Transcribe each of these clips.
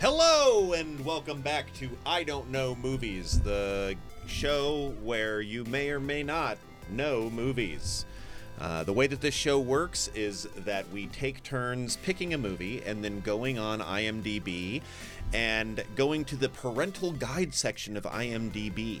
Hello and welcome back to I Don't Know Movies, the show where you may or may not know movies. Uh, the way that this show works is that we take turns picking a movie and then going on IMDb and going to the parental guide section of IMDb,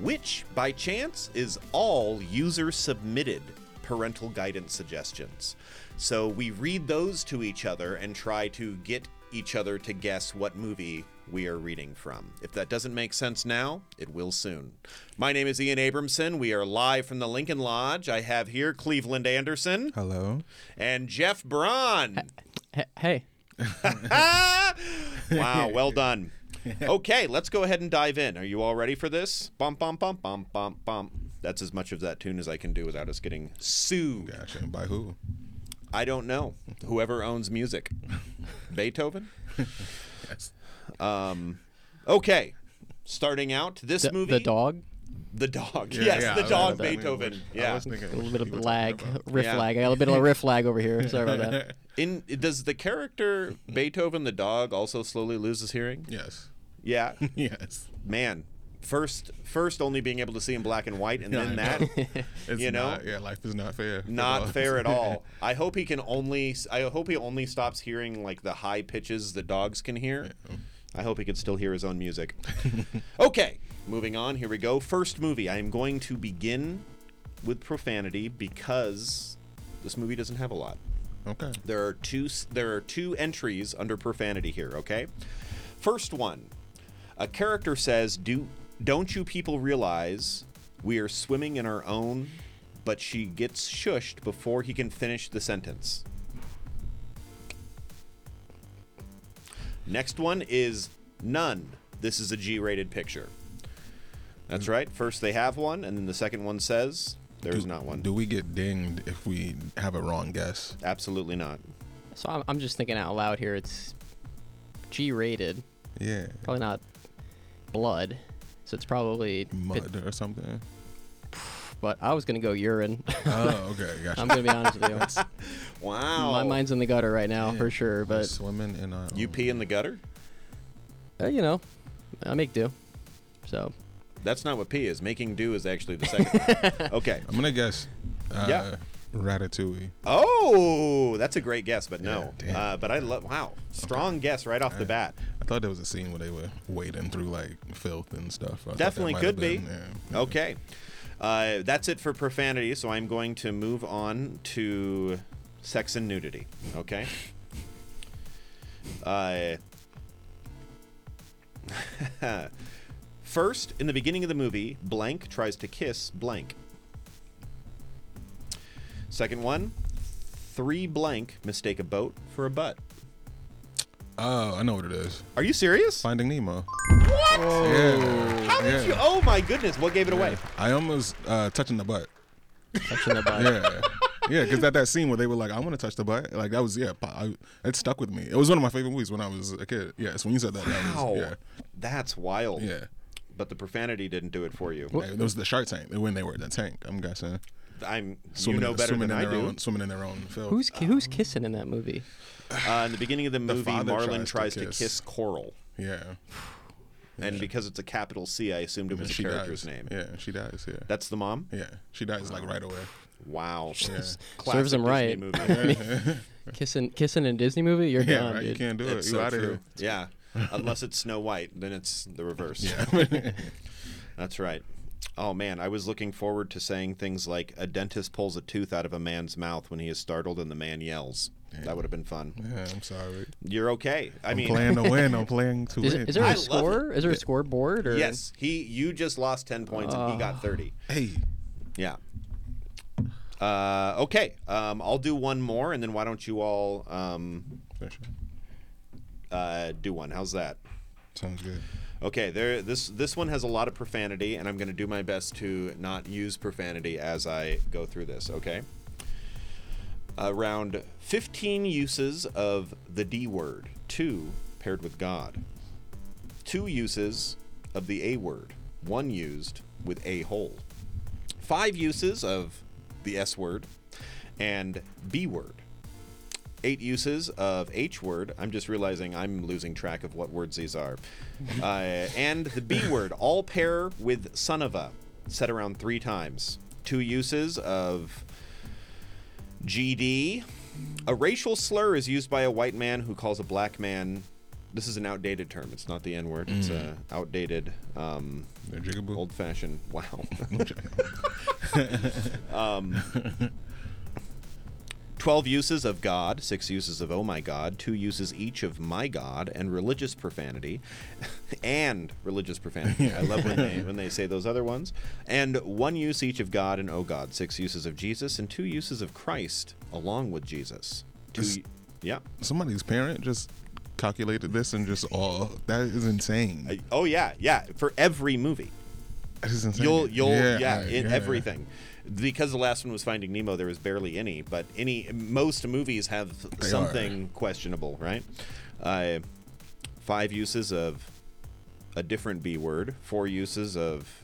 which by chance is all user submitted parental guidance suggestions. So we read those to each other and try to get each other to guess what movie we are reading from. If that doesn't make sense now, it will soon. My name is Ian Abramson. We are live from the Lincoln Lodge. I have here Cleveland Anderson Hello. and Jeff Braun. He- Hey, wow, well done. Okay, let's go ahead and dive in. Are you all ready for this? Bum bum bum bum bum bum. That's as much of that tune as I can do without us getting sued. Gotcha. By who? I don't know. Whoever owns music, Beethoven. Yes. Um, okay, starting out this the, movie, the dog. the dog. yes, yeah, the I dog, was- I was- Beethoven. I yeah. was thinking A little bit you were of talking lag, about- riff Yeah. lag. I got a bit of a riff lag over here. Sorry about that. In does the character Beethoven the dog also slowly lose his hearing? Yes. Yeah, Yes. man. First, first only being able to see in black and white, and Yeah, then I that. know. It's You know? not- yeah, life is not fair. for Not dogs. fair at all. I hope he can only. I hope he only stops hearing like the high pitches that dogs can hear. I hope he can still hear his own music. okay, moving on. Here we go. First movie. I am going to begin with profanity because this movie doesn't have a lot. okay. There are two. s- There are two entries under profanity here. Okay, first one. A character says, "Do don't you people realize we are swimming in our own?" But she gets shushed before he can finish the sentence. Next one is none. This is a G-rated picture. That's right. First they have one, and then the second one says there's Do- not one. Do we get dinged if we have a wrong guess? Absolutely not. So I'm, I'm just thinking out loud here. It's G-rated, Yeah. probably not blood. So it's probably. Mud or something. But I was gonna go urine. Oh, okay. Gotcha. I'm gonna be honest with you. Wow. My mind's in the gutter right now for sure. But swimming in our You own- pee in the gutter? uh, you know, I make do. So That's not what pee is. Making do is actually the second. one. Okay. I'm gonna guess. Uh, Yeah. Ratatouille. Oh, that's a great guess, but no. Yeah, damn. uh, but I love. Wow, strong guess right off the bat. I thought there was a scene where they were wading through like filth and stuff. I thought that Definitely might could have be. been- yeah, yeah. Okay. Uh, that's it for profanity. So I'm going to move on to sex and nudity. Okay. Uh, first, in the beginning of the movie, blank tries to kiss blank. Second one, three blank mistake a boat for a butt. Oh, I know what it is. Are you serious? Finding Nemo. What? Yeah. How did yeah. you? Oh my goodness! What gave it away? I almost uh, touching the butt. touching the butt. Yeah, yeah, because at that scene where they were like, "I want to touch the butt," like that was yeah, pa- I, it stuck with me. It was one of my favorite movies when I was a kid. Yes, when you said that, that Wow, was, yeah, that's wild. yeah. But the profanity didn't do it for you. Like, there was the shark tank when they were in the tank. I'm guessing. I'm Swimming, you know better swimming than in I their do. Own, swimming in their own film. Who's ki- Um, who's kissing in that movie? Uh, in the beginning of the movie, father Marlon tries tries to to kiss, kiss. Coral, yeah? and because it's a capital C, I assumed it was the character's dies. name. Yeah, she dies. Yeah, That's the mom. yeah, she dies like right away. Wow. Serves him Disney right. movie. Kissing kissing in a Disney movie? You're Yeah, done, right. You dude. can't do It's it. so you out of true. here. Yeah. Unless it's Snow White, then it's the reverse. Yeah. That's right. Oh man, I was looking forward to saying things like a dentist pulls a tooth out of a man's mouth when he is startled and the man yells. That would have been fun. yeah, I'm sorry. You're okay. I I'm mean, playing to win. I'm playing to Is, win. is there I a love score? Is there a scoreboard? Or yes, he you just lost 10 points and Ah. he got 30. hey, Yeah. Uh, okay, um, I'll do one more, and then why don't you all um, uh, do one? How's that? sounds good. Okay, there. This this one has a lot of profanity, and I'm going to do my best to not use profanity as I go through this. Okay. Around 15 uses of the D word, two paired with God, two uses of the A word, one used with a hole, five uses of the S word, and B word. eight uses of H word. I'm just realizing I'm losing track of what words these are. Uh, and the B word, all pair with son of a, said around three times. Two uses of GD. A racial slur is used by a white man who calls a black man. This is an outdated term. It's not the N word. It's a outdated, um, They're jiggable. old fashioned. Wow. Twelve uses of God, six uses of oh my God, two uses each of my God, and religious profanity, and religious profanity. I love when they when they say those other ones. And one use each of God and oh God, six uses of Jesus, and two uses of Christ along with Jesus. Two, This- yeah. Somebody's parent just calculated this and just all that is insane. Uh, Oh yeah, yeah. For every movie. that is insane. You'll you'll yeah, I- in yeah. everything. Because the last one was Finding Nemo, there was barely any, but any most movies have are. something questionable, right? Uh, five uses of a different B word, four uses of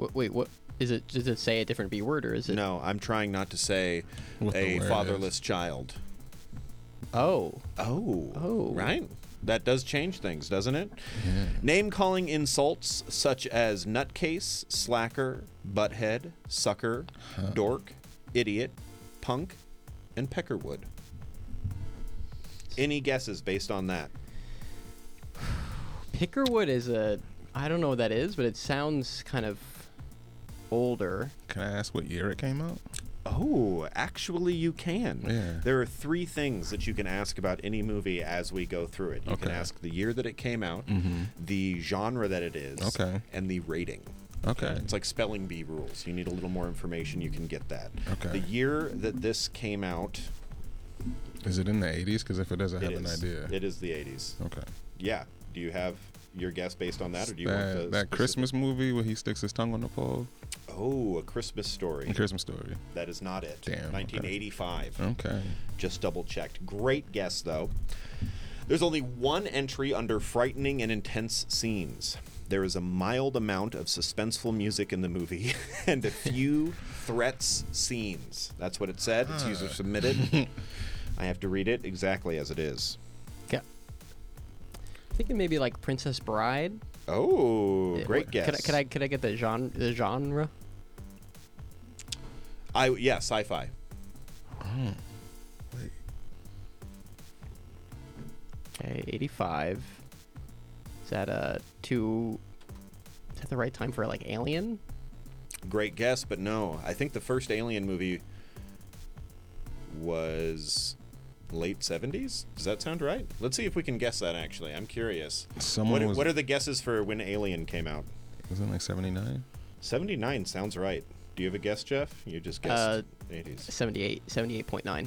Wh- wait, what is it? Does it say a different B word or is it? no. I'm trying not to say What the a word is. fatherless child. Oh, Oh. Oh. Right? That does change things, doesn't it? Name calling insults such as nutcase, slacker, butthead, sucker, dork, idiot, punk, and peckerwood. Any guesses based on that? Pickerwood is a. I don't know what that is, but it sounds kind of older. Can I ask what year it came out? Oh, actually, you can. Yeah. There are three things that you can ask about any movie as we go through it. You can Okay. Mm-hmm. ask the year that it came out, the genre that it is, Okay. and the rating. Uh, Okay. It's like spelling bee rules. You need a little more information, you can get that. Okay. The year that this came out, Is it in the 80s? Because if it does, I have it an is- idea. Oh. It is the 80s. okay. Yeah. Do you have your guess based on that, or do you want the That, that specific- Christmas movie where he sticks his tongue on the pole? Oh, a Christmas story. A Christmas story. That is not it. Damn, okay. 1985. Okay. Just double checked. Great guess though. There's only one entry under frightening and intense scenes. There is a mild amount of suspenseful music in the movie and a few threats scenes. That's what it said. It's user submitted. I have to read it exactly as it is. Okay. I think it may be like Princess Bride. Oh, great guess. Could I, could I could I get the genre? The genre? I yeah, sci-fi. Wait. Okay, 85. Is that uh two? Is that the right time for like Alien? Great guess, but no. I think the first Alien movie was late 70s. Does that sound right? Let's see if we can guess that actually. I'm curious. Someone what, was- what are the guesses for when Alien came out? Was it like 79? 79 sounds right. Do you have a guess, Jeff? You just guessed Uh, 80s. 78, 78.9.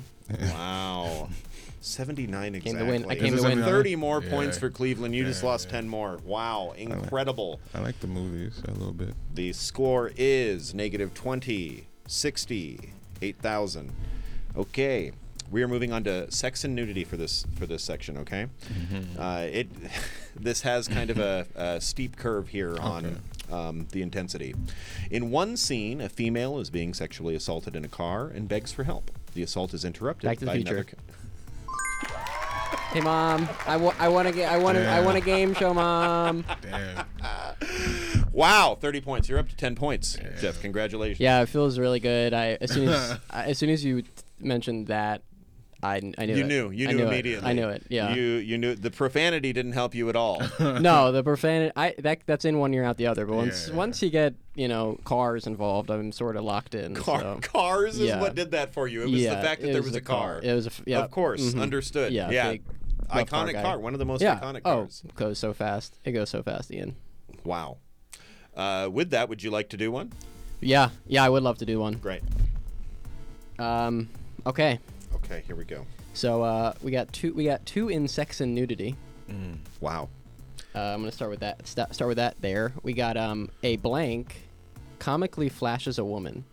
Wow. 79 Came exactly. to win- I came to win. 30 more Yeah. points for Cleveland. You just Yeah, lost yeah. 10 more. Wow, incredible. I like the movies a little bit. The score is negative 20, 60, 8,000. Okay. We are moving on to sex and nudity for this for this section, okay? Mm-hmm. Uh, it this has kind of a, a steep curve here on um, the intensity. In one scene, a female is being sexually assaulted in a car and begs for help. The assault is interrupted Back to the by another. Future. Hey mom, I, wa- I want to I want to I want a game show, mom. Damn. ca- Wow, 30 points. You're up to 10 points, Jeff. Congratulations. Yeah, it feels really good. I as soon as I- as soon as you t- mentioned that, I, kn- I knew You it. knew. You I knew, knew it. immediately. I knew it. Yeah. You you knew the profanity didn't help you at all. no, the profanity. I that that's in one ear out the other. But once Yeah. once you get you know cars involved, I'm sort of locked in. Car, so. Cars is yeah. what did that for you. It was Yeah, the fact that it there was, the a car. It was a f- yeah. Of course, mhm. understood. Yeah, Yeah, big iconic rough car car, guy. one of the most yeah. iconic oh, cars. it goes so fast. It goes so fast, Ian. Wow. Uh, with that, would you like to do one? Yeah, yeah. I would love to do one. Great. Um, okay. Okay, here we go. So uh, we got two. We got two in sex and nudity. Wow. Uh, I'm gonna start with that. St- start with that. There, we got um a blank, comically flashes a woman,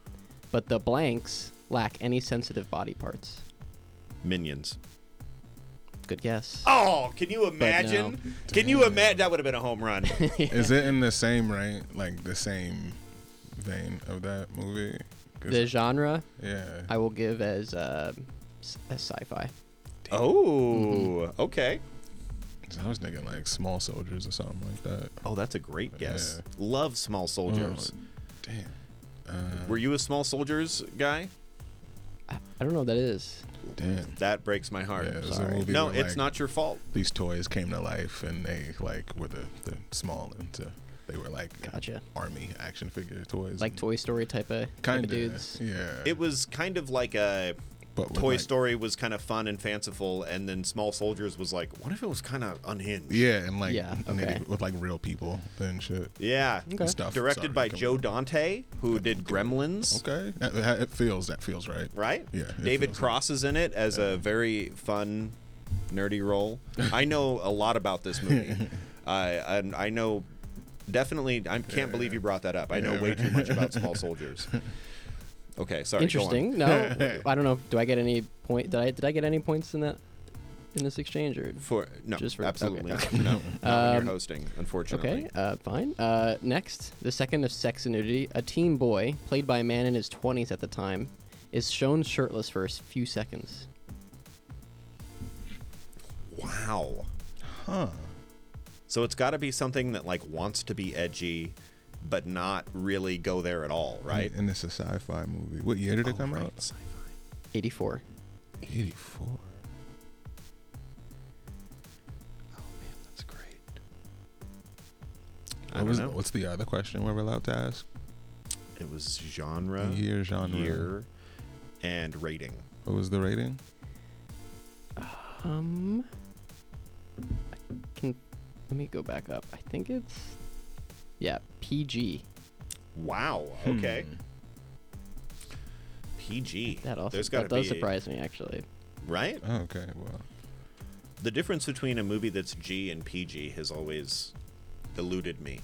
but the blanks lack any sensitive body parts. Minions. Good guess. Oh, can you imagine? Can you imagine? That would have been a home run. Is it in the same range, like the same vein of that movie? 'Cause- The genre yeah. I will give as uh, s- as sci-fi. damn. Oh, okay. So I was thinking like small soldiers or something like that. Oh, that's a great guess. Yeah. Love small soldiers. Damn. Uh, Oh. Were you a small soldiers guy? I don't know what that is. Damn. That breaks my heart. Yeah, it was a Sorry. movie No, where, it's like- not your fault. These toys came to life and they like were the, the small and uh, they were like Gotcha. army action figure toys. Like Toy Story type of, type kind of of dudes. Yeah. It was kind of like a But with, Toy like- Story was kind of fun and fanciful, and then Small Soldiers was like, what if it was kind of unhinged? Yeah, and like Yeah, and they okay. did- with like real people and shit. Yeah. Okay. Stuff. Directed Sorry, by come Joe on. Dante, who did Gremlins. Okay, that, that- it feels that feels right. right? Yeah, it David feels Cross is in it as a very fun, nerdy role. I know a lot about this movie. uh, and I know definitely. I can't believe you brought that up. I know way too much about Small Soldiers. Okay, sorry. go on. Interesting. No, I don't know. Do I get any point? Did I did I get any points in that in this exchange or? For no, Just for- okay, absolutely okay. no. Not when Um, you're hosting, unfortunately. Okay, uh, fine. Uh, next, the second of sex and nudity. A teen boy, played by a man in his 20s at the time, is shown shirtless for a s- few seconds. Wow. Huh. So it's got to be something that like wants to be edgy, but not really go there at all, right? Oh, And it's a sci-fi movie. What year did it come Right, out? sci-fi. 84. Eighty-four. Oh man, that's great. I What don't was, know. What's the other question we're allowed to ask? It was genre, Year, genre. year, and rating. What was the rating? Um, I can let me go back up. I think it's yeah PG. Wow. Hmm. Okay. PG. That also There's gotta that does be- surprise me actually. right. Oh, okay. Well, The difference between a movie that's G and PG has always eluded me.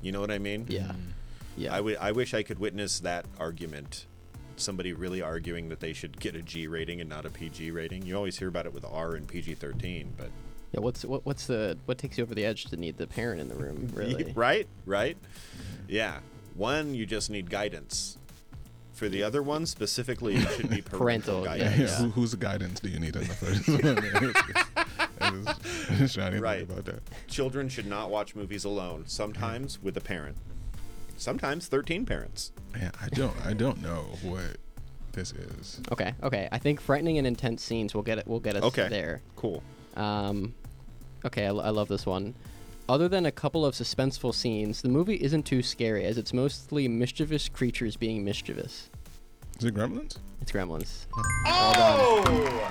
You know what I mean? Yeah, yeah. I, w- I wish I could witness that argument. Somebody really arguing that they should get a G rating and not a PG rating. You always hear about it with R and PG 13, but yeah. What's what, what's the what takes you over the edge to need the parent in the room? Really? right right yeah one you just need guidance for the other one specifically it should be parental, Parental, yeah, guidance Who, whose guidance do you need in the first one? I was- I was trying to think Right. about that. children should not watch movies alone sometimes with a parent sometimes 13 parents Man, I don't. I don't know what this is. Okay. Okay. I think frightening and intense scenes will get it. Will get us okay there. cool Um, okay, I, lo- I love this one. Other than a couple of suspenseful scenes, the movie isn't too scary as it's mostly mischievous creatures being mischievous. Is it Gremlins? It's Gremlins. oh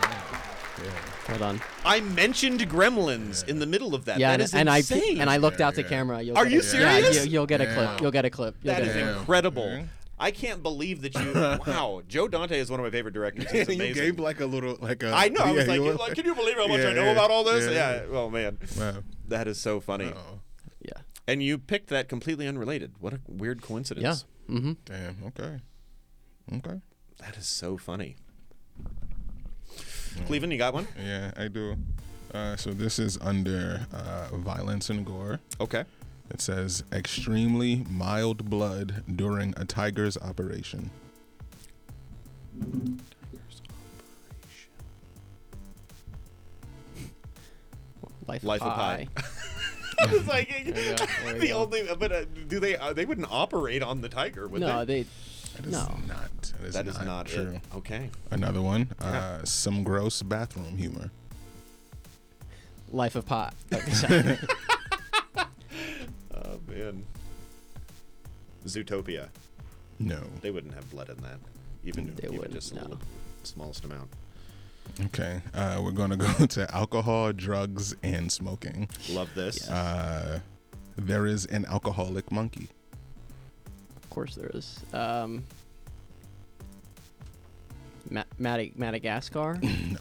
Hold on. i mentioned gremlins in the middle of that yeah, that and, is and I insane. and I looked out Yeah, to yeah. camera. You'll Are get you a- Yeah, serious? you, will get a Yeah. clip. You'll get a clip. You'll that get is a clip. Yeah. incredible Yeah. i can't believe that you wow joe dante is one of my favorite directors He's amazing. you gave like a little like a. I know. I was yeah, like, you you were- like, can you believe how much I Yeah, know yeah, about all this? Yeah. yeah. Oh man, Wow. that is so funny. Oh, Yeah. And you picked that completely unrelated. What a weird coincidence. Yeah. Mm-hmm. damn. Okay. Okay. That is so funny. Cleveland, you got one? Yeah, I do. Uh, so this is under uh, violence and gore. Okay. It says extremely mild blood during a tiger's operation. Life, Life of Pi. I was like, you go, there you the go. only. But uh, do they? Uh, they wouldn't operate on the tiger, would No, they? they. That is No. not. That is, That not, is not it. true. Okay. Another one. Uh, some gross bathroom humor. Life of Pi. Okay, sorry. Oh man. Zootopia. No. They wouldn't have blood in that, even, They even wouldn't, just a no. little smallest amount. Okay. Uh, we're gonna go to alcohol, drugs, and smoking. Love this. Yeah. Uh, there is an alcoholic monkey. of course there is. Um. Ma- Madag- Madagascar. No.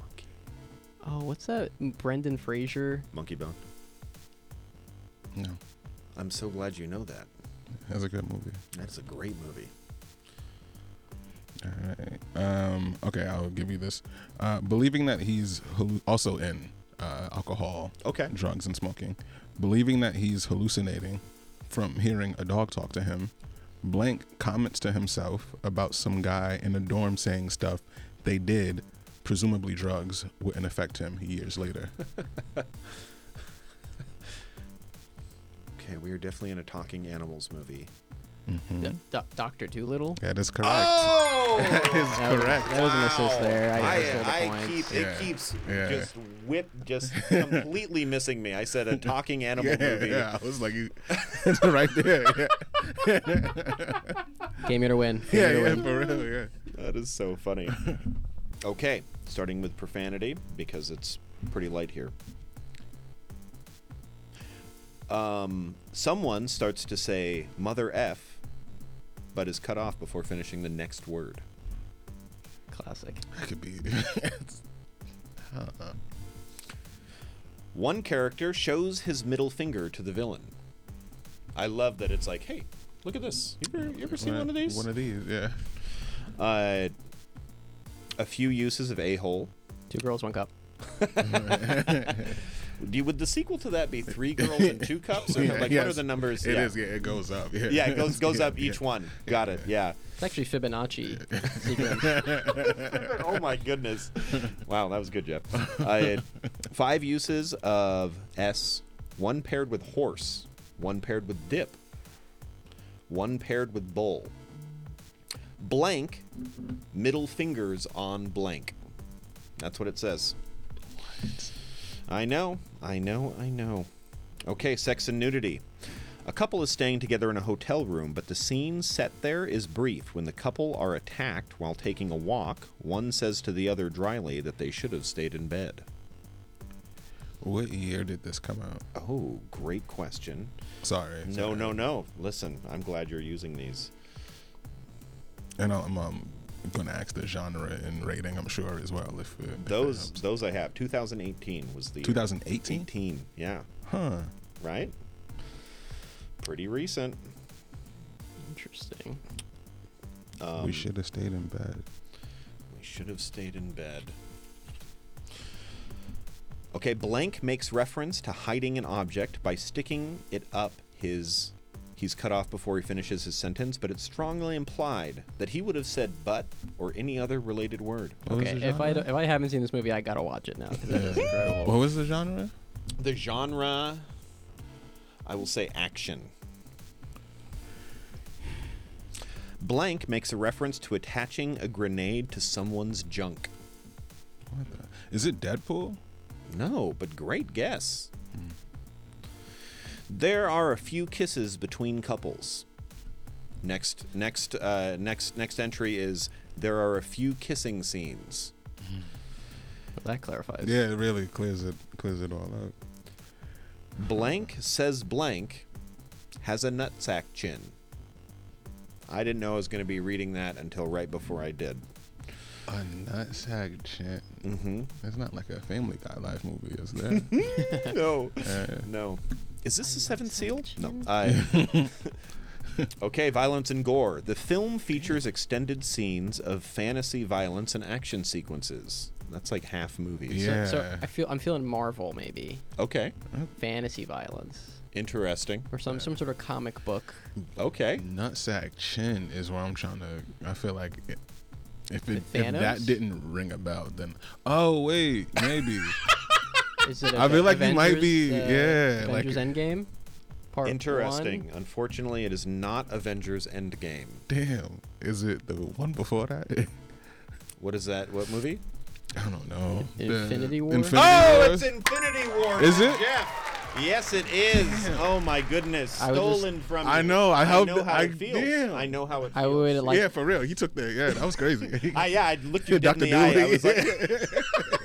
Monkey. oh, what's that? Brendan Fraser. Monkey bone. No. I'm so glad you know that. That's a good movie. That's a great movie. All right. Um, okay, I'll give you this. Uh, believing that he's hallu- also in uh, alcohol, Okay. drugs, and smoking, believing that he's hallucinating from hearing a dog talk to him, Blank comments to himself about some guy in a dorm saying stuff they did, presumably drugs, wouldn't affect him years later. Okay, we are definitely in a talking animals movie. Hmm. Doctor Doolittle. Mm-hmm. That is correct. That Oh, is That was- correct. that was an assist there. I, I, stole the I, I points. keep Yeah. it keeps Yeah. just whip just completely missing me. I said a talking animal Yeah, movie. yeah, I was like, you- it's right there. Yeah, Game here to win. Game yeah, here to yeah, win. for real. Yeah. That is so funny. okay, starting with profanity because it's pretty light here. Um, someone starts to say "mother f," but is cut off before finishing the next word. Classic. It could be. One character shows his middle finger to the villain. I love that it's like, hey, look at this. You ever, you ever seen one of these? One of these, yeah. Uh, a few uses of a hole. Two girls, one cup. Would the sequel to that be three girls and two cups? Or Yeah, like, what are yes. the numbers? It is. yeah. yeah. it goes up. Yeah, Yeah, it goes goes up each yeah. one. Got it. Yeah. It's actually Fibonacci sequence. oh my goodness. Wow, that was good, Jeff. I had five uses of S. One paired with horse. One paired with dip. One paired with bowl. Blank. Middle fingers on blank. That's what it says. I know, I know, I know. Okay, sex and nudity. A couple is staying together in a hotel room, but the scene set there is brief when the couple are attacked while taking a walk. One says to the other dryly that they should have stayed in bed. What year did this come out? Oh, great question. Sorry. No, sorry. no, no. Listen, I'm glad you're using these. And I'm um, going to ask the genre and rating, I'm sure, as well. If, uh, if Those those I have. 2018 was the year. 2018? 18, yeah. Huh. Right? Pretty recent. Interesting. we should have stayed in bed. We should have stayed in bed. Okay, blank makes reference to hiding an object by sticking it up his. He's cut off before he finishes his sentence, but it's strongly implied that he would have said but or any other related word. What was Okay, the if I genre? don't- if I haven't seen this movie, I gotta watch it now. 'cause that is Yeah. incredible. What was the genre? The genre, I will say action. Blank makes a reference to attaching a grenade to someone's junk. What the? Is it Deadpool? No, but great guess. There are a few kisses between couples. Next, next, uh, next, next entry is there are a few kissing scenes. That clarifies. Yeah, it really clears it clears it all up. Blank says blank has a nutsack chin. I didn't know I was going to be reading that until right before I did. A nutsack chant. Mm-hmm. That's not like a Family Guy live movie, is that? no. Uh, No. Is this the seventh seal? No. I... okay, violence and gore. The film features extended scenes of fantasy violence and action sequences. That's like half movies. So, Yeah. so I feel I'm feeling Marvel maybe Okay. fantasy violence Interesting. or some some sort of comic book. Okay. nutsack chin is where I'm trying to. I feel like it, if it if Thanos? that didn't ring a bell, then oh wait, maybe Is it? I feel Aven- like you might Avengers, be- uh, yeah, like- Avengers Endgame. Part Interesting. One? Unfortunately, it is not Avengers Endgame. damn, is it the one before that? What is that? What movie? I don't know. The Infinity War? Infinity Oh, War? it's Infinity War. Is it? Yeah. Yes, it is. Oh my goodness! I was just- Stolen from. I you. know, I hope know that- how I- it feels. damn. I know how it. I feels. would like. yeah, for real. He took that. Yeah, that was crazy. I yeah, I looked you dead in Dr. the eye. I Dooley. was like,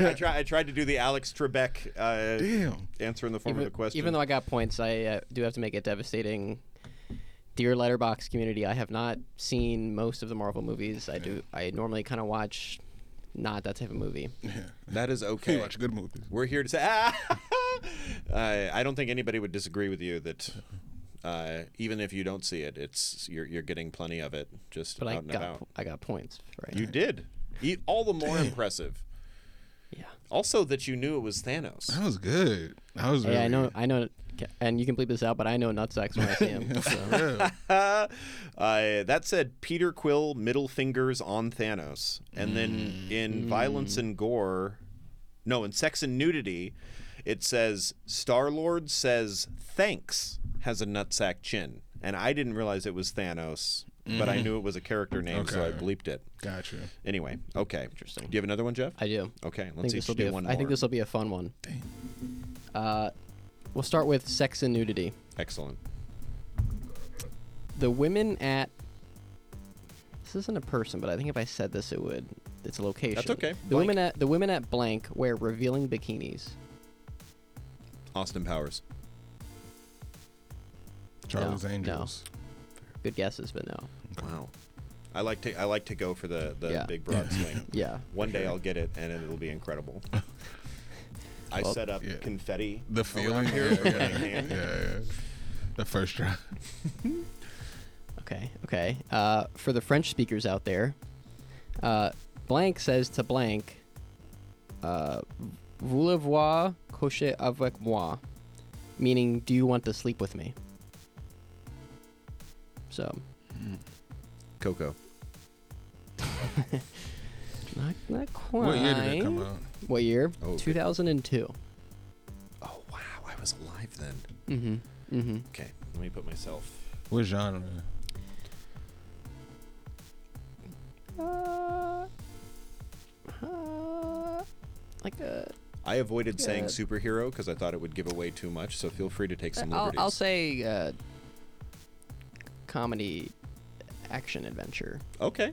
I tried. I tried to do the Alex Trebek uh, damn. answer in the form Even, of a question. even though I got points, I uh, do have to make a devastating. Dear Letterbox community, I have not seen most of the Marvel movies. I do. I normally kind of watch, not that type of movie. that is He okay. watch good movies. We're here to say. Ah, uh, I don't think anybody would disagree with you that. Uh, even if you don't see it, it's you're, you're getting plenty of it just But out I and got about. po- I got points. Right. You did. E- all the more impressive. yeah. Also, that you knew it was Thanos. That was good. That was. Yeah, I really- know. I know. Ca- And you can bleep this out, but I know nutsacks when I see him. so. Yeah. uh, that said, Peter Quill middle fingers on Thanos, and Mm. then in violence and gore, no, in sex and nudity, it says Star Lord says thanks has a nutsack chin, and I didn't realize it was Thanos, but Mm-hmm. I knew it was a character name, so I Okay. bleeped it. Gotcha. Anyway, okay, Interesting. Do you have another one, Jeff? I do. okay, I let's think each this will do be. A, one. I think more. this will be a fun one. Dang. Uh, we'll start with sex and nudity. excellent. The women at this isn't a person, but I think if I said this, it would. It's a location. That's okay. The Blank. women at the women at blank wear revealing bikinis. Austin Powers. Charlie's No, no. Angels. Good guesses, but no. Wow, I like to I like to go for the the Yeah. big broad swing. Yeah. One day I'll get it, and it'll be incredible. I Well, set up yeah. confetti. The around feeling. here Oh, Yeah, for when I yeah, yeah, can. yeah. The first try. Okay. Okay. Uh, for the French speakers out there, uh, blank says to blank. Uh, voulez vous coucher avec moi? Meaning, do you want to sleep with me? So, Coco. not not quite. What year did it come out? What year? Oh, good. 2002. Oh wow, I was alive then. Mm-hmm. Mm-hmm. Okay, let me put myself. What genre? Uh, uh, like uh, a, I avoided saying Yeah. Uh, superhero because I thought it would give away too much. So feel free to take some I'll, liberties. I'll say uh, comedy action adventure. okay.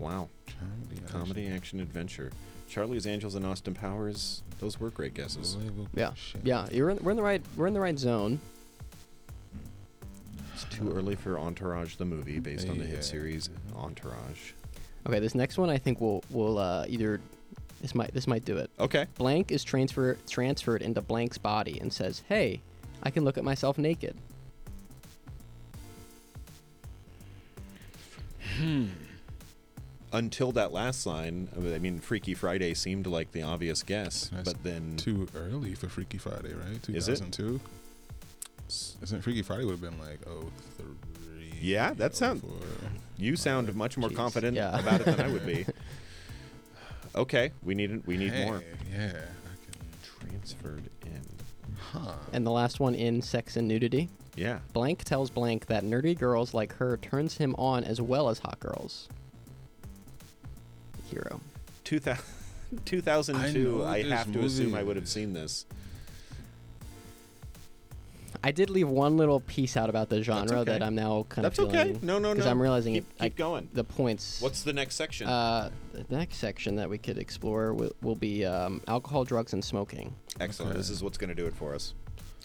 Wow, Comedy. comedy, action, adventure. Charlie's Angels and Austin Powers. Those were great guesses. Unbelievable Yeah. shit. Yeah, you're in, we're in the right we're in the right zone. It's too early for Entourage the movie based on the Yeah. hit series Entourage. Okay, this next one I think will will uh, either this might this might do it. Okay. Blank is transfer transferred into blank's body and says, "Hey, I can look at myself naked." until that last line, I mean- I mean, Freaky Friday seemed like the obvious guess, That's but then Too early for Freaky Friday, right? Is it? 2002. Isn't Freaky Friday would have been like oh three? Yeah, that sound- 04. you sound much more Jeez. confident Yeah. about it than I would be. okay, we need we need Hey, more. Yeah. I can, Transferred in. huh. And the last one in sex and nudity. Yeah. Blank tells Blank that nerdy girls like her turns him on as well as hot girls. Hero. 2000, I 2002, know I, this have to assume I movie. would have seen this. I did leave one little piece out about the genre okay. that I'm now kind That's of feeling. okay. No, no, no. Because I'm realizing keep, it, keep I- going. the points. What's the next section? uh, the next section that we could explore will, will be um, alcohol, drugs, and smoking. Excellent. okay. This is what's going to do it for us.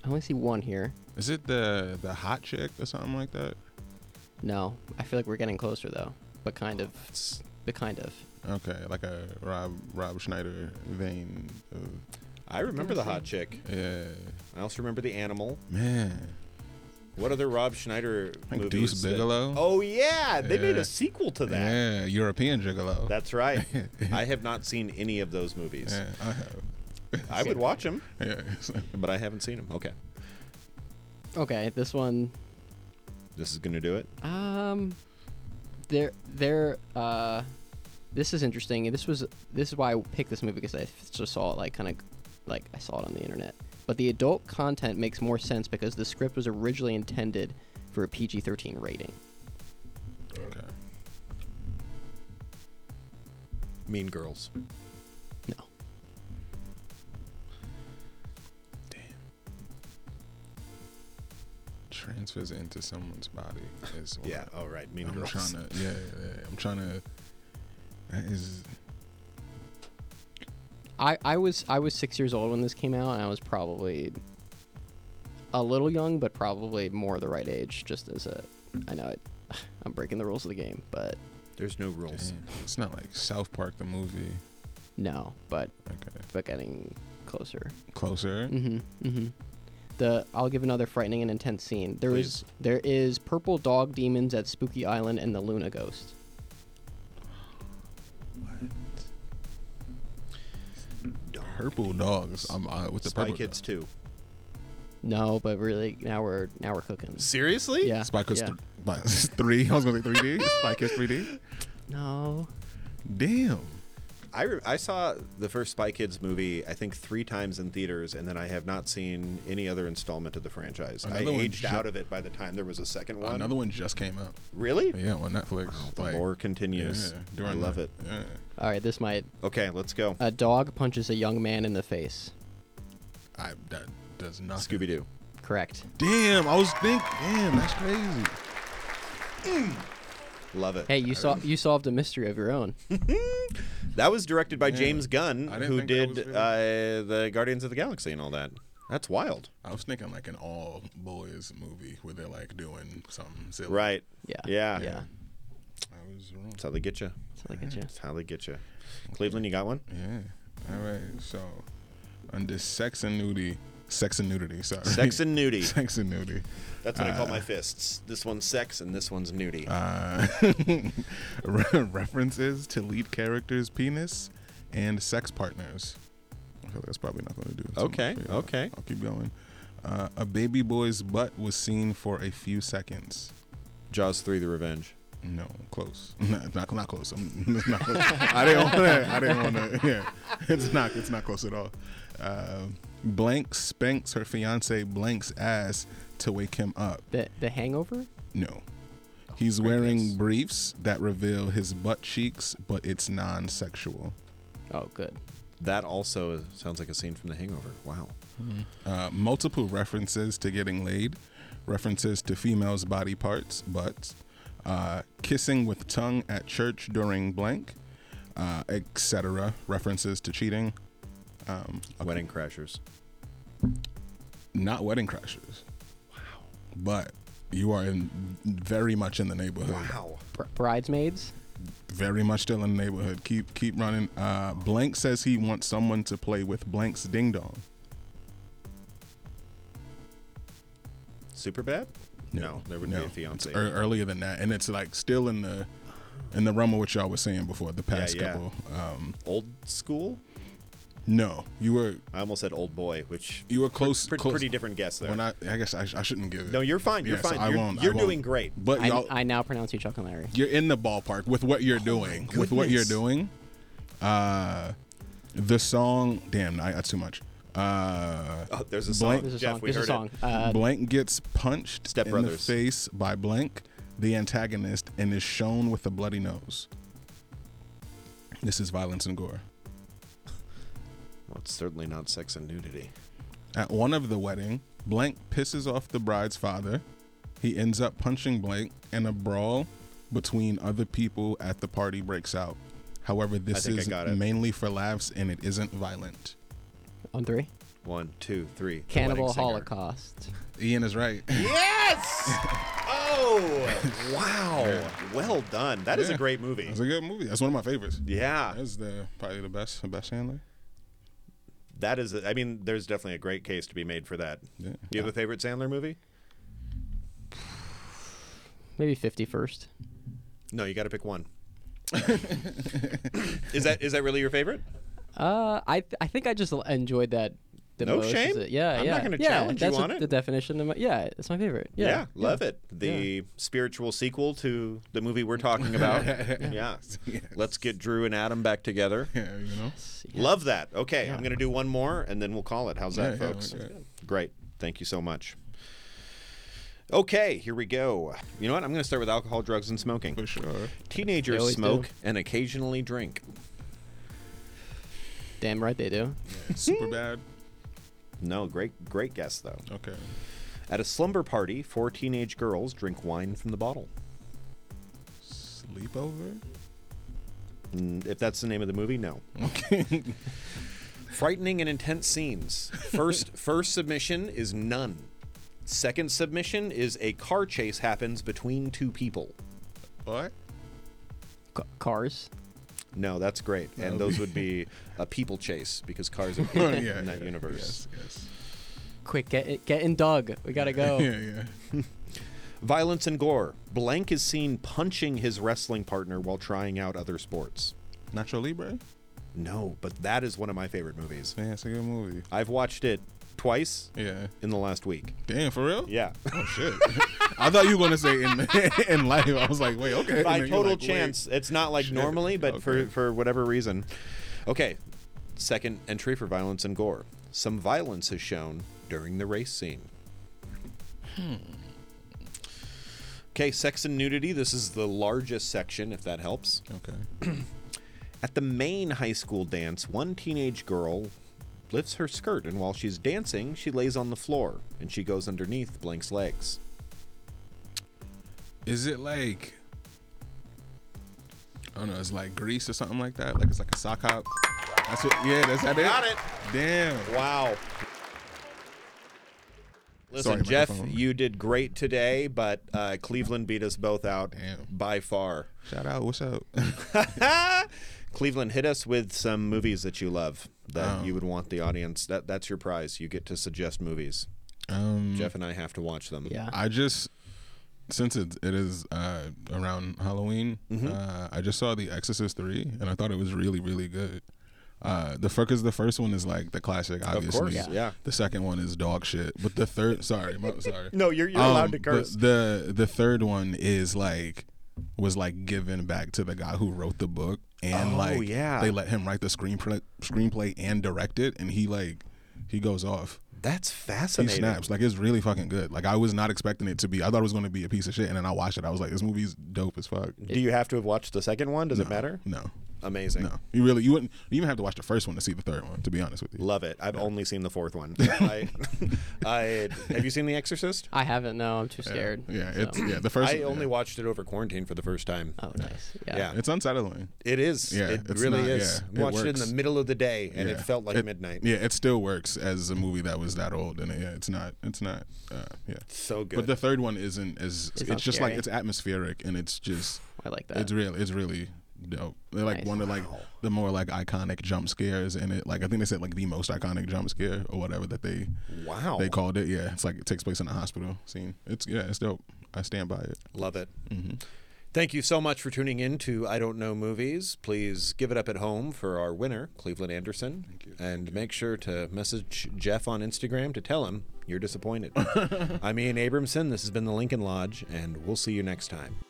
I only see one here. Is it the the hot chick or something like that? No, I feel like we're getting closer though, but kind of, It's- but kind of. Okay, like a Rob Rob Schneider vein. Of, I remember the hot chick. yeah, I also remember the animal. man. What other Rob Schneider Like movies? Deuce that- Bigelow. Oh yeah, they made Yeah. a sequel to that. Yeah, European gigolo. That's right. I have not seen any of those movies. yeah, I have. I would watch them, Yeah, it's like- but I haven't seen them. Okay. Okay, this one. This is going to do it. Um, there, there. Uh, this is interesting. This was this is why I picked this movie because I just saw it like kind of like I saw it on the internet. But the adult content makes more sense because the script was originally intended for a PG-13 rating. okay. Mean Girls. No, Transfers into someone's body is what Yeah. All right. Mean I'm Girls. trying to. Yeah, yeah, I'm trying to. That is. I I was I was six years old when this came out, and I was probably a little young, but probably more the right age. Just as a, I know I, I'm breaking the rules of the game, but There's no rules. damn, It's not like South Park the movie. no, but Okay, but getting closer. closer. hmm hmm The I'll give another frightening and intense scene. There is Please. there is purple dog demons at Spooky Island and the Luna Ghost. Purple dogs. I'm uh, with the Spy purple Kids dog. 2. No, but really, now we're now we're cooking. Seriously? Yeah. Spy Kids yeah. th- Spy- three. I was gonna say three D. Spy Kids three D. No. Damn. I, re- I saw the first Spy Kids movie, I think, three times in theaters, and then I have not seen any other installment of the franchise. Another I one aged ju- out of it by the time there was a second one. Another one just came out. Really? Yeah, on Netflix. Oh, The lore continues. during I love the- Uh, it. Yeah. All right, this might. Okay, let's go. A dog punches a young man in the face. I that does not. Scooby Doo. Correct. Damn, I was thinking. Damn, that's crazy. Love it. Hey, you sol- you solved a mystery of your own. That was directed by James Gunn, I didn't who think that did was really- uh, the Guardians of the Galaxy and all that. That's wild. I was thinking like an all boys movie where they're like doing something silly. Right. Yeah. Yeah. Yeah. I was wrong. That's how they get you. So look at you. That's how they get you. Cleveland, you got one? Yeah. All right. So under sex and nudity, sex and nudity. Sorry. Sex and nudity. sex and nudity. That's what I call my fists. This one's sex and this one's nudie. Uh, re- references to lead characters' penis and sex partners. I feel like that's probably not going to do. it so Okay, much, but, okay. I'll keep going. Uh, a baby boy's butt was seen for a few seconds. Jaws 3 The Revenge. No, close. Not, not, not close. I'm, it's not close. I didn't want to. I didn't want to. Yeah, it's not. It's not close at all. Um blank spanks her fiance blank's ass to wake him up. The the Hangover. No, goodness. he's wearing briefs that reveal his butt cheeks, but it's non-sexual. Oh, good. That also sounds like a scene from The Hangover. Wow. Uh, multiple references to getting laid, references to females' body parts, butts, uh, kissing with tongue at church during blank, uh, etc. References to cheating. Um, okay, Wedding Crashers. Not wedding crashes. Wow. But you are in very much in the neighborhood. Br- bridesmaids. Very much still in the neighborhood. Keep keep running. Uh, blank says he wants someone to play with blank's ding dong. Super bad? No, er- there would not be a It's fiance. ear- earlier than that, and it's like still in the in the realm of what y'all were saying before the past Yeah, yeah. couple. Um, old school? no, you were I almost said old boy, which you were close. pretty, close- pretty different guess there. When I, I guess I, sh- I shouldn't give it. no, you're fine. You're Yeah, so fine. I you're won't- I you're won't. doing great. But I, y'all, I Oh now pronounce you Chuck and Larry. you're in the ballpark with what you're doing. With what you're goodness. doing, uh, the song. Damn, I got too much. Uh, Oh, there's a song. Blank- There's a Jeff, song. we There's a heard song. it. Uh, blank gets punched Step in Brothers. the face by blank, the antagonist, and is shown with a bloody nose. This is violence and gore. Well, it's certainly not sex and nudity. At one of the wedding, blank pisses off the bride's father. He ends up punching blank, and a brawl between other people at the party breaks out. However, this think I is got it. mainly for laughs, and it isn't violent. on three. One, two, three. The Cannibal Wedding Singer. Holocaust. Ian is right. Yes! Oh, wow. Well done. That is a Yeah. great movie. That's a good movie. That's one of my favorites. Yeah. That's the probably the best, the best Sandler. That is, a, I mean, there's definitely a great case to be made for that. Yeah. Do you have a favorite Sandler movie? Maybe fifty first. No, you got to pick one. is that is that really your favorite? Uh, I th- I think I just l- enjoyed that. The No most. shame. Is it- Yeah, I'm yeah. not gonna yeah, challenge you that's on a- it. The definition of my, yeah, it's my favorite. Yeah, Yeah, love it. The spiritual sequel to the movie we're talking about. yeah. Let's get Drew and Adam back together. Yeah, you know. Love that. Okay, I'm going to do one more and then we'll call it. How's that, Yeah, yeah, folks? we're good. Great. Thank you so much. Okay, here we go. You know what? I'm going to start with alcohol, drugs, and smoking. For sure. They Teenagers always smoke do. and occasionally drink. Damn right they do. Super bad. No, great, great guess though. Okay. At a slumber party, four teenage girls drink wine from the bottle. Sleepover. Mm, If that's the name of the movie, no. Okay. Frightening and intense scenes. First, first submission is none. Second submission is a car chase happens between two people. what? C- cars. No, that's great. And That'll those be- would be a people chase because cars are people in that universe. Oh, Yes. Yes. Quick, get it, get in Doug. We gotta go. Yeah. Yeah. Violence and gore. Blank is seen punching his wrestling partner while trying out other sports. Nacho Libre. No, but that is one of my favorite movies. Man, it's a good movie. I've watched it twice Yeah. in the last week. Damn, for real? Yeah. Oh shit. I thought you were gonna say in in life. I was like, wait, okay. by And then you're total like, wait. chance. It's not like Shit. normally, but for Okay. for whatever reason. Okay, second entry for violence and gore. Some violence is shown during the race scene. Hmm. Okay, sex and nudity. This is the largest section, if that helps. Okay. At the main high school dance, one teenage girl lifts her skirt, and while she's dancing, she lays on the floor and she goes underneath Blank's legs. Is it like? I don't know. It's like grease or something like that. Like it's like a sock hop. That's what. Yeah, that's that. Got it. Damn. Wow. Listen, Sorry, Jeff, microphone. you did great today, but uh, Cleveland beat us both out Damn. by far. Shout out. What's up? Cleveland, hit us with some movies that you love that Oh. you would want the audience. That that's your prize. You get to suggest movies. um, Jeff and I have to watch them. Yeah. I just since it, it is uh, around Halloween, Mm-hmm. uh, I just saw The Exorcist three, and I thought it was really really good. Uh, the fuck is the first one is like the classic, obviously. course, Yeah. yeah. The second one is dog shit, but the third, sorry, mo- sorry. No, you're you're Um, allowed to but curse. The the third one is like was like given back to the guy who wrote the book and Oh, like yeah. they let him write the screenplay screenplay and direct it and he like he goes off. That's He fascinating. snaps. Like it's really fucking good. Like I was not expecting it to be. I thought it was going to be a piece of shit and then I watched it. I was like this movie's dope as fuck. Do you have to have watched the second one? Does it matter? No. Amazing. No. You really you wouldn't you even have to watch the first one to see the third one to be honest with you. Love it. I've only seen the fourth one. I, I have you seen The Exorcist? I haven't. No, I'm too scared. Yeah, so- it's yeah, the first I one- only yeah. watched it over quarantine for the first time. Oh, nice. Yeah. Yeah. It's unsettling. It is. Yeah, it it's really not- is. yeah, it Watched it in works. the middle of the day, and it Yeah. felt like midnight. Yeah, it still works as a movie that was that old, and it, yeah, it's not, it's not, uh, yeah. So good. But the third one isn't as it's, It's not just scary. like it's atmospheric and it's just I like that. it's real it's really dope. They're like Nice. one of like the more like iconic jump scares in it. Like I think they said like the most iconic jump scare or whatever that they wow. they called it. Yeah, it's like it takes place in a hospital scene. It's yeah, it's dope. I stand by it. Love it. Thank you so much for tuning in to I Don't Know Movies. Please give it up at home for our winner, Cleveland Anderson. Thank you. And make sure to message Jeff on Instagram to tell him you're disappointed. I'm Ian Abramson. This has been the Lincoln Lodge, and we'll see you next time.